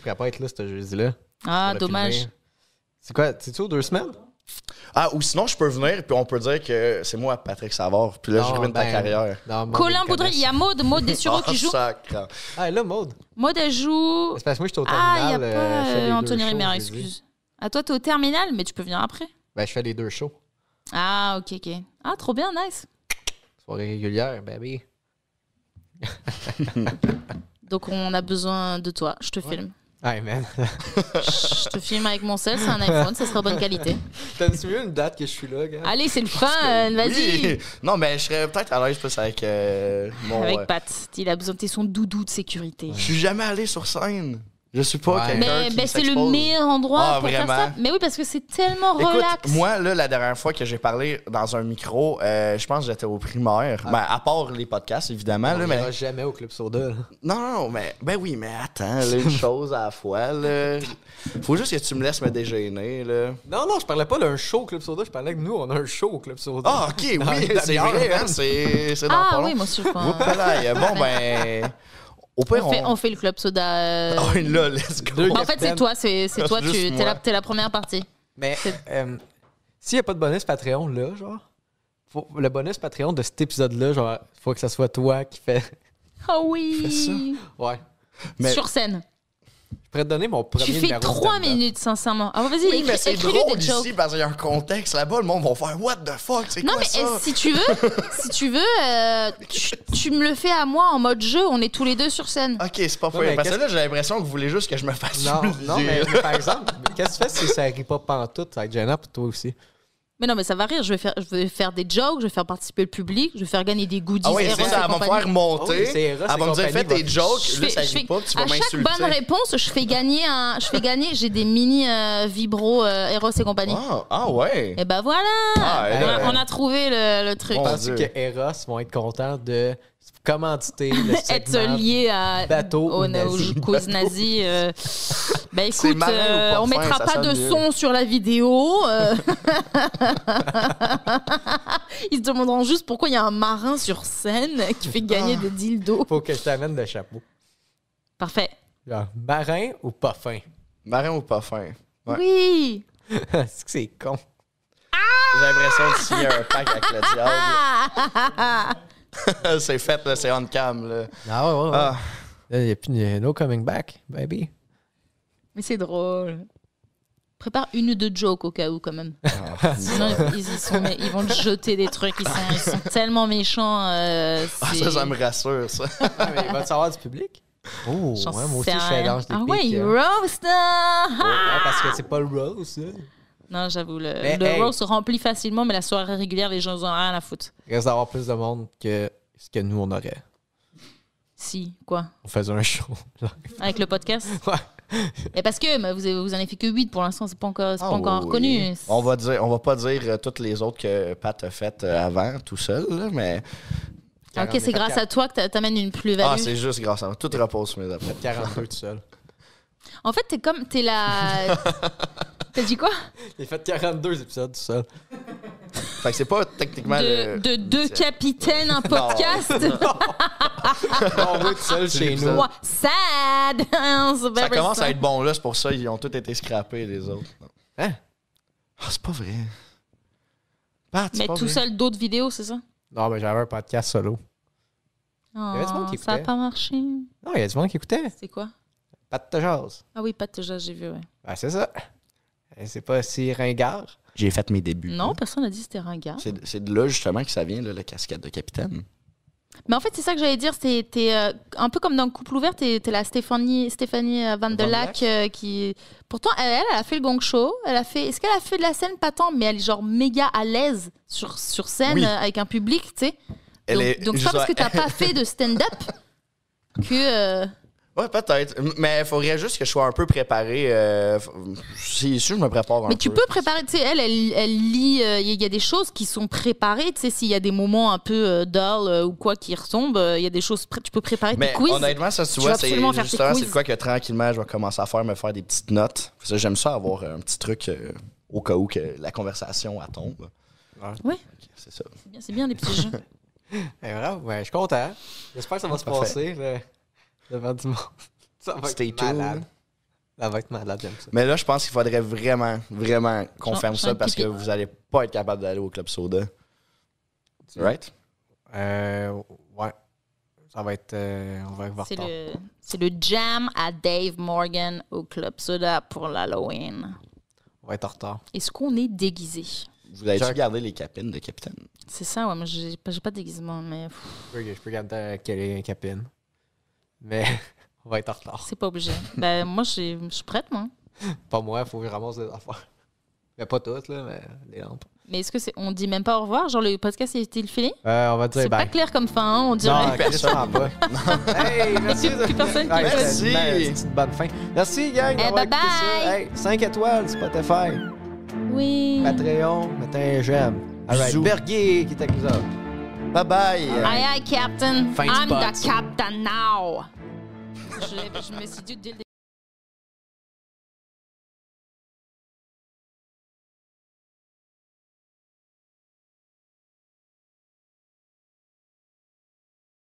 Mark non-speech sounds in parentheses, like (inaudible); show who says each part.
Speaker 1: pourrais pas être là ce jeudi-là.
Speaker 2: Ah,
Speaker 1: pour le
Speaker 2: dommage.
Speaker 1: filmer. C'est quoi, c'est tu aux deux semaines?
Speaker 3: Ah, ou sinon, je peux venir, puis on peut dire que c'est moi, Patrick Savard, puis
Speaker 1: Ah,
Speaker 3: là, je ruine
Speaker 1: ben.
Speaker 3: ta carrière.
Speaker 2: Colin Boudry, il y a Maude, Maude Dessureau
Speaker 3: Ah,
Speaker 2: qui joue.
Speaker 3: sacre.
Speaker 1: Ah, là, Maude.
Speaker 2: Maude, elle joue.
Speaker 1: C'est parce que moi, je suis au terminal.
Speaker 2: Ah, il n'y a pas
Speaker 1: euh, je fais les
Speaker 2: euh,
Speaker 1: deux
Speaker 2: Anthony
Speaker 1: shows
Speaker 2: Rimer,
Speaker 1: jeudi.
Speaker 2: excuse. À toi, t'es au terminal, mais tu peux venir après.
Speaker 1: Ben, je fais les deux shows.
Speaker 2: Ah, ok, ok. Ah, trop bien, nice.
Speaker 1: Soirée régulière, ben baby.
Speaker 2: Donc, on a besoin de toi. Je te filme.
Speaker 1: Hey, man.
Speaker 2: Je te filme avec mon sel, c'est un iPhone, ça sera bonne
Speaker 3: (laughs)
Speaker 2: qualité.
Speaker 1: (laughs) T'as-tu vu une date que je suis là, gars?
Speaker 2: Allez, c'est le fun, vas-y.
Speaker 3: Oui. (laughs) Non, mais je serais peut-être à l'aise plus avec euh, mon. euh,
Speaker 2: Avec Pat, il a besoin de son doudou de sécurité.
Speaker 3: Je suis jamais allé sur scène. Je suis pas
Speaker 1: Ouais.
Speaker 3: quelqu'un
Speaker 2: Mais
Speaker 3: qui
Speaker 2: ben, c'est le
Speaker 3: s'expose.
Speaker 2: meilleur endroit
Speaker 3: Ah,
Speaker 2: pour faire
Speaker 3: vraiment?
Speaker 2: ça. Mais oui, parce que c'est tellement
Speaker 3: Écoute,
Speaker 2: relax.
Speaker 3: moi, là, la dernière fois que j'ai parlé dans un micro, euh, je pense que j'étais au primaire. Ben, à part les podcasts, évidemment.
Speaker 1: On
Speaker 3: là, mais...
Speaker 1: ira jamais au Club Soda. là.
Speaker 3: Non, non, non, mais ben oui, mais attends, là, une chose à la fois. Là. Faut juste que tu me laisses me déjeuner. Là.
Speaker 1: Non, non, je parlais pas d'un show au Club Soda. Je parlais que nous, on a un show au Club Soda.
Speaker 3: Ah, ok,
Speaker 1: Dans
Speaker 3: oui,
Speaker 1: une
Speaker 3: c'est
Speaker 1: demi-heure,
Speaker 3: vrai,
Speaker 1: man.
Speaker 3: hein, c'est c'est dans
Speaker 2: ah
Speaker 3: pas
Speaker 2: oui,
Speaker 3: long.
Speaker 2: moi aussi, je pense.
Speaker 3: Whoop-là,
Speaker 2: (laughs)
Speaker 3: bon, ben. Au pire,
Speaker 2: on, fait,
Speaker 3: on.
Speaker 2: on fait le club soda.
Speaker 3: (laughs)
Speaker 2: euh,
Speaker 3: Ah oui, là, let's go.
Speaker 1: Deux
Speaker 2: Bah, en fait, c'est
Speaker 1: capitaines.
Speaker 2: toi, c'est c'est toi, tu
Speaker 3: (laughs) Juste
Speaker 2: es
Speaker 3: moi.
Speaker 2: la, t'es la première partie.
Speaker 1: Mais euh, s'il n'y a pas de bonus Patreon là, genre, faut- le bonus Patreon de cet épisode-là, genre, faut que ça soit toi qui fait.
Speaker 2: Oh
Speaker 3: Fais
Speaker 2: oui!
Speaker 1: Ouais.
Speaker 3: Mais-
Speaker 2: Sur scène.
Speaker 1: Je pourrais te donner mon premier
Speaker 2: Tu fais
Speaker 1: numéro de
Speaker 2: trois
Speaker 1: stand-up.
Speaker 2: minutes, sincèrement. Ah, vas-y,
Speaker 3: Oui, mais
Speaker 2: écris-
Speaker 3: c'est
Speaker 2: écris-lui
Speaker 3: drôle
Speaker 2: des jokes.
Speaker 3: ici parce qu'il y a un contexte là-bas. Le monde va faire What the fuck, c'est
Speaker 2: Non,
Speaker 3: quoi
Speaker 2: mais
Speaker 3: ça?
Speaker 2: eh, si tu veux,
Speaker 3: (laughs)
Speaker 2: si tu veux, euh, tu, tu me le fais à moi en mode jeu. On est tous les deux sur scène.
Speaker 3: Ok, c'est pas
Speaker 1: Ouais,
Speaker 3: vrai.
Speaker 1: mais
Speaker 3: Parce que
Speaker 1: qu'est-ce-
Speaker 3: là, j'ai l'impression que vous voulez juste que je me fasse
Speaker 1: Non,
Speaker 3: humilier.
Speaker 1: non, mais mais par exemple, qu'est-ce que tu fais si ça rit pas pantoute? Ça va être gênant pour toi aussi.
Speaker 2: Mais non, mais ça va rire. Je vais faire, je vais faire des jokes, je vais faire participer le public, je vais faire gagner des goodies.
Speaker 3: Ah oui,
Speaker 2: Eros
Speaker 3: c'est
Speaker 2: et
Speaker 3: ça, elle va me
Speaker 2: compagnie.
Speaker 3: faire
Speaker 1: Ah
Speaker 3: monter.
Speaker 1: oui, c'est Eros et
Speaker 3: elle va me dire
Speaker 1: compagnie,
Speaker 3: fais tes
Speaker 1: va-
Speaker 3: jokes.
Speaker 2: Je
Speaker 3: Là,
Speaker 2: fais-
Speaker 3: ça
Speaker 2: je
Speaker 3: rit
Speaker 2: fais-
Speaker 3: pas, puis tu vas
Speaker 2: à chaque
Speaker 3: m'insulter.
Speaker 2: bonne réponse, je fais gagner un, je fais gagner, j'ai des mini euh, vibro euh, Eros et compagnie.
Speaker 3: Ah, ah ouais.
Speaker 2: Et ben voilà, on,
Speaker 3: Ah, elle
Speaker 2: a,
Speaker 3: est-
Speaker 2: on a trouvé le, le truc.
Speaker 3: Bon,
Speaker 1: Penses-tu
Speaker 3: Dieu.
Speaker 1: que Eros vont être contents de commanditer
Speaker 2: (laughs)
Speaker 1: le segment?
Speaker 2: être lié à
Speaker 1: Bateau
Speaker 2: aux,
Speaker 1: ou nazi.
Speaker 2: aux causes nazies. euh, ben écoute,
Speaker 3: marin ou
Speaker 2: euh, on
Speaker 3: parfum,
Speaker 2: mettra
Speaker 3: ça
Speaker 2: pas
Speaker 3: sonne
Speaker 2: de
Speaker 3: mieux.
Speaker 2: son sur la vidéo. euh. (laughs) Ils se demanderont juste pourquoi il y a un marin sur scène qui fait gagner
Speaker 1: Ah.
Speaker 2: des dildos.
Speaker 1: Faut que je t'amène le chapeau.
Speaker 2: Parfait.
Speaker 1: Genre, marin ou pas fin? (laughs)
Speaker 3: Marin ou pas fin? Ouais.
Speaker 2: Oui. (laughs)
Speaker 1: Est-ce que c'est con?
Speaker 3: J'ai l'impression que s'il y a un pack avec le diable, (laughs) c'est fait, là, c'est on cam. Là.
Speaker 1: Ah ouais, ouais,
Speaker 3: Ah.
Speaker 1: Il n'y a plus de no coming back, baby.
Speaker 2: Mais c'est drôle. Prépare une ou deux jokes au cas où quand même. Sinon ils, ils- ils sont- mais ils vont te jeter des trucs. Ils sont, ils sont tellement méchants. euh,
Speaker 3: Ah,
Speaker 2: c'est-
Speaker 3: ça, ça me rassure, ça.
Speaker 1: Ah, mais il va te savoir du public? Oh,
Speaker 2: J'en
Speaker 1: ouais, moi aussi,
Speaker 2: sais
Speaker 1: je
Speaker 2: rien.
Speaker 1: fais des
Speaker 2: Ah
Speaker 1: pics,
Speaker 2: ouais,
Speaker 1: hein.
Speaker 2: roast! ah!
Speaker 1: Ouais, parce que c'est pas le rose, ça.
Speaker 2: Non, j'avoue, le,
Speaker 1: Mais
Speaker 2: le
Speaker 1: hey.
Speaker 2: roast se remplit facilement, mais la soirée régulière, les gens n'ont rien à foutre.
Speaker 1: Il reste d'avoir plus de monde que ce que nous, on aurait.
Speaker 2: Si, quoi?
Speaker 1: On faisait un show. (laughs) ouais.
Speaker 2: Avec le
Speaker 3: (laughs)
Speaker 2: podcast? Et parce que mais vous, vous en avez fait que 8 pour l'instant, c'est pas encore, c'est pas
Speaker 3: Ah
Speaker 2: encore
Speaker 3: oui.
Speaker 2: reconnu.
Speaker 3: On va dire, on va pas dire euh, toutes les autres que Pat a faites euh, avant, tout seul, là, mais
Speaker 2: Ah, ok, c'est grâce à toi que t'a- t'amènes une
Speaker 3: ah,
Speaker 2: plus-value.
Speaker 3: c'est juste grâce à moi. Tout repose sur mes après.
Speaker 1: 42 tout seul.
Speaker 2: en fait, t'es comme. T'es
Speaker 3: (laughs)
Speaker 2: la. T'as dit quoi?
Speaker 1: (laughs) J'ai fait 42 épisodes tout (laughs) seul.
Speaker 3: Fait que c'est pas techniquement
Speaker 2: De,
Speaker 3: Bah, le...
Speaker 2: de deux capitaines,
Speaker 3: (laughs)
Speaker 2: un podcast?
Speaker 1: On veut tout seul chez nous.
Speaker 2: Ouah, Sad! (laughs) Ben
Speaker 3: Ça commence à être bon là, c'est pour ça ils ont tous été scrappés les autres.
Speaker 1: Hein?
Speaker 3: Ah, c'est pas vrai. Pat, c'est
Speaker 2: Mais
Speaker 3: pas
Speaker 2: tout
Speaker 3: vrai.
Speaker 2: seul d'autres vidéos, c'est ça?
Speaker 1: Non, mais j'avais un podcast solo. avait du monde qui
Speaker 2: Oh, ça n'a
Speaker 1: écoutait.
Speaker 2: pas marché.
Speaker 1: Non, il y a du monde qui écoutait.
Speaker 2: C'est quoi?
Speaker 1: Pas de jazz.
Speaker 2: Ah oui, pas de jazz, j'ai vu, ouais.
Speaker 1: Ben, c'est ça. Et Eh, C'est pas si ringard.
Speaker 3: J'ai fait mes débuts.
Speaker 2: Non, personne n'a dit que c'était ringard.
Speaker 3: C'est c'est de là justement que ça vient, là, la cascade de capitaine.
Speaker 2: Mais en fait, c'est ça que j'allais dire. c'est- T'es euh, un peu comme dans le couple ouvert, t'es t'es la Stéphanie, Stéphanie euh, Van de
Speaker 1: Van de
Speaker 2: Lac euh, qui. Pourtant, elle, elle, elle a fait le gong show. Elle a fait. Est-ce qu'elle a fait de la scène pas tant, mais elle est genre méga à l'aise sur, sur scène
Speaker 3: Oui.
Speaker 2: euh, avec un public, tu sais.
Speaker 3: Elle
Speaker 2: Donc,
Speaker 3: est-
Speaker 2: donc c'est pas parce que t'as pas fait
Speaker 3: (laughs)
Speaker 2: de stand-up que. euh,
Speaker 3: Ouais, peut-être. M- Mais il faudrait juste que je sois un peu préparé. euh, f- si, si je me prépare un
Speaker 2: Mais
Speaker 3: peu.
Speaker 2: tu peux préparer, tu sais, elle, elle, elle lit, il y a des choses qui sont préparées, tu sais, s'il y a des moments un peu euh, dull euh, ou quoi qui retombent, il y a des choses, pré- tu peux préparer
Speaker 3: Mais
Speaker 2: tes quiz.
Speaker 3: honnêtement, ça, tu
Speaker 2: Tu
Speaker 3: vois,
Speaker 2: vas
Speaker 3: c'est
Speaker 2: absolument faire tes
Speaker 3: justement,
Speaker 2: quiz.
Speaker 3: c'est de quoi que tranquillement, je vais commencer à faire, me faire des petites notes. Parce que J'aime ça avoir un petit truc euh, au cas où que la conversation elle tombe.
Speaker 2: Oui,
Speaker 3: Ok, C'est ça.
Speaker 2: c'est bien, c'est bien les petits jeux.
Speaker 1: Ben, bravo. Ben, je suis content. J'espère que ça va se
Speaker 3: Parfait.
Speaker 1: passer là, devant du monde. (laughs) Ça va
Speaker 3: Stay
Speaker 1: être malade.
Speaker 3: tuned.
Speaker 1: Elle va être malade, j'aime ça.
Speaker 3: Mais là, je pense qu'il faudrait vraiment, vraiment qu'on
Speaker 2: Genre-
Speaker 3: ferme
Speaker 2: genre
Speaker 3: ça parce que
Speaker 2: pipi.
Speaker 3: vous allez pas être capable d'aller au Club Soda. Right?
Speaker 1: Euh, ouais. Ça va être. euh, on va voir
Speaker 2: C'est le, c'est le jam à Dave Morgan au Club Soda pour l'Halloween.
Speaker 1: On va être en retard.
Speaker 2: Est-ce qu'on est déguisé?
Speaker 3: Vous avez-tu
Speaker 1: Jack-
Speaker 3: gardé les capines de Capitaine?
Speaker 2: C'est ça, ouais, moi j'ai pas, j'ai pas de déguisement, mais pff,
Speaker 1: Je peux, je peux garder euh, quelle est la capine. Mais (laughs) on va être en retard.
Speaker 2: c'est pas (laughs) obligé. ben, moi j'ai- je suis prête, moi.
Speaker 1: Pas moi, faut que je ramasse des affaires. (laughs) Mais pas toutes, là, mais les lampes.
Speaker 2: Mais est-ce que c'est. On dit même pas au revoir? Genre le podcast est-il fini?
Speaker 1: Euh, on va
Speaker 2: C'est
Speaker 1: dire
Speaker 2: pas
Speaker 1: bye.
Speaker 2: clair comme fin, hein, on dirait.
Speaker 1: Non, personne pas. hey, merci.
Speaker 2: Plus- plus personne qui
Speaker 1: Ouais,
Speaker 2: écoute.
Speaker 1: c'est une belle- c'est une bonne fin. Merci, gang.
Speaker 2: Eh,
Speaker 1: d'avoir
Speaker 2: bye
Speaker 1: écouté ça.
Speaker 2: bye.
Speaker 1: Hey, 5 étoiles, Spotify,
Speaker 2: Oui.
Speaker 1: Patreon, mettez un j'aime. All right.
Speaker 3: Bisous.
Speaker 1: Berguer qui est avec nous autres.
Speaker 3: Bye bye!
Speaker 2: Aye, aye, Captain.
Speaker 1: Thanks,
Speaker 2: I'm the
Speaker 1: boss.
Speaker 2: captain now. je, je me suis dit dès le